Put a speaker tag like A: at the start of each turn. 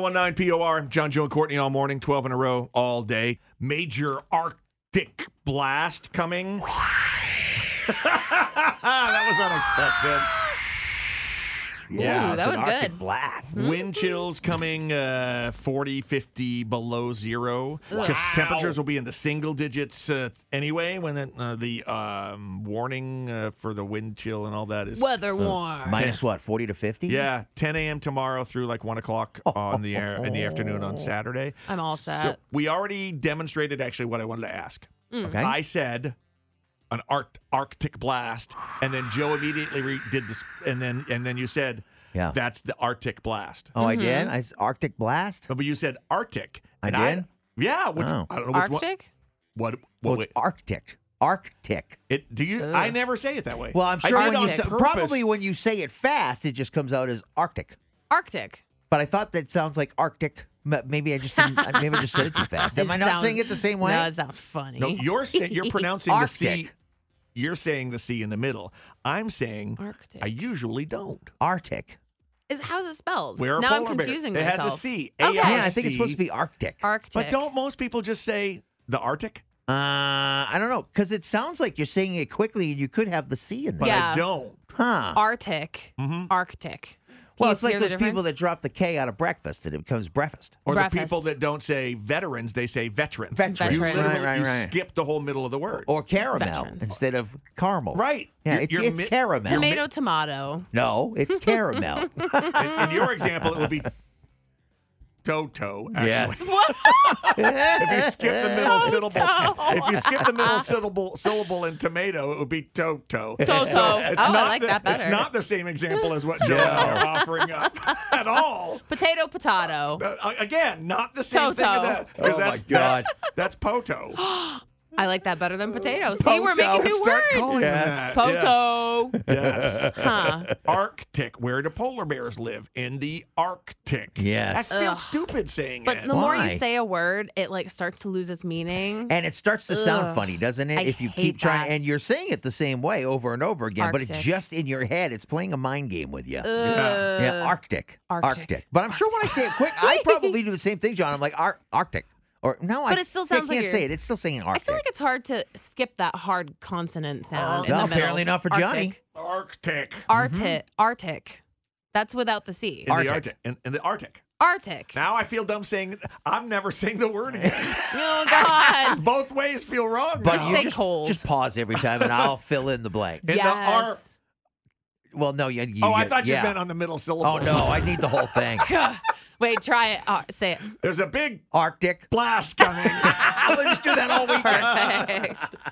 A: 1019 POR, John, Joe, and Courtney all morning, 12 in a row all day. Major Arctic blast coming. that was unexpected.
B: Ooh, that
C: it's
B: was
C: an Arctic
B: good. Mm.
C: Blast.
A: Wind chills coming uh, 40, 50 below zero. Because
C: Wow.
A: temperatures will be in the single digits uh, anyway when it, uh, the um, warning uh, for the wind chill and all that is.
B: Weather warm.
C: Minus what? Forty to fifty?
A: Yeah, 10 a.m. tomorrow through like 1 o'clock on the air in the afternoon on Saturday.
B: I'm all
A: So
B: set.
A: we already demonstrated actually what I wanted to ask.
B: Mm.
C: Okay.
A: I said an arc- Arctic blast, and then Joe immediately re- did this, and then and then you said,
C: Yeah.
A: that's the Arctic blast."
C: oh, I did.
B: Mm-hmm.
C: I s- Arctic blast.
A: No, but you said Arctic.
C: I
A: and
C: did?
A: yeah. Which,
C: Oh.
A: I don't know which one.
B: Arctic?
A: What? what
C: Well,
A: wait,
C: it's Arctic. Arctic.
A: it, do you? I never say it that way.
C: Well, I'm
A: I
C: sure
A: did
C: when
A: on
C: you say,
A: purpose.
C: probably when you say it fast, it just comes out as Arctic.
B: Arctic.
C: But I thought that sounds like Arctic. M- Maybe I just didn't, maybe I just said it too fast. Am I not
B: sounds-
C: saying it the same way?
B: No, it sounds funny.
A: No, you're say, you're pronouncing the C.
C: Arctic.
A: You're saying the C in the middle. I'm saying
B: Arctic.
A: I usually don't.
C: Arctic.
B: Is how's it spelled?
A: We're a
B: now I'm
A: polar bear.
B: confusing
A: It
B: myself.
A: has a C.
B: Okay.
A: A-R-C.
C: Yeah, I think it's supposed to be Arctic.
B: Arctic.
A: But don't most people just say the Arctic?
C: uh, I don't know because it sounds like you're saying it quickly, and you could have the C in
A: But
C: there.
B: Yeah.
A: I don't.
C: Huh.
B: Arctic.
A: Mm-hmm.
B: Arctic. Can
C: well,
B: you
C: it's like
B: hear the
C: those people that
B: difference?
C: drop the K out of breakfast and it becomes breakfast.
A: Or the
B: Breakfast.
A: people that don't say veterans, they say veterans.
C: Veterans.
A: You,
B: Veterans.
A: literally-
C: Right, right,
A: you
C: right. Oh.
A: skip the whole middle of the word.
C: Or caramel
B: Veterans.
C: instead of caramel.
A: Right.
C: Yeah,
A: You're-
C: it's,
A: you're
C: it's
A: mi-
C: caramel.
B: tomato tomato.
C: No, it's caramel.
A: in, in your example, it would be Toto, actually.
C: Yes.
A: If you skip the middle syllable, if you skip the middle syllable syllable in tomato, it would be toto.
B: Toto.
A: So it's
B: Oh,
A: not
B: I like
A: the-
B: that better.
A: It's not the same example as what Joe and I are offering up at all.
B: Potato potato.
A: Uh, again, not the same thing
B: Toto.
A: as that. 'cause
C: Oh,
A: that's,
C: my God.
A: That's, that's poto.
B: I like that better than potato. See, we're
C: Poto.
B: making new
A: Start calling
B: words.
A: them that.
C: Yes.
B: Poto.
A: Yes. yes.
B: Huh.
A: Arctic, where do polar bears live? In the Arctic.
C: Yes.
A: I feel stupid saying
B: But
A: it.
B: the more
C: Why?
B: you say a word, it like starts to lose its meaning.
C: and it starts to sound funny, doesn't it?
B: I
C: if you
B: hate
C: keep trying
B: that.
C: and you're saying it the same way over and over again, but it's
B: Arctic.
C: just in your head. It's playing a mind game with you.
A: Yeah.
C: yeah, Arctic.
B: Arctic.
C: But I'm sure when I say it quick, I probably do the same thing, John. I'm like, Ar- Arctic. Or no, I,
B: But it still
C: see, I
B: sounds like
C: can't
B: you're-
C: say it. It's still saying
B: I
C: Arctic.
B: feel like it's hard to skip that hard consonant sound. in
C: No,
B: the middle.
C: apparently not for Johnny.
B: Arctic.
A: Arctic.
B: Arctic. Arctic. That's without the C.
A: In
C: Arctic.
A: the Arctic. In, in the Arctic.
B: Arctic.
A: Now I feel dumb saying I'm never saying the word again.
B: Oh God.
A: Both ways feel wrong.
C: but
B: Just
C: you
B: say
C: just,
B: cold.
C: just pause every time and I'll fill in the blank.
A: In the arc.
B: yes.
C: Well, no, you, you
A: oh, I
C: you-
A: thought you
C: yeah.
A: meant on the middle syllable.
C: Oh, no, I need the whole thing.
B: Wait, try it. Uh, say it.
A: There's a big
C: Arctic.
A: blast coming.
C: I'll just do that all weekend.
B: Perfect.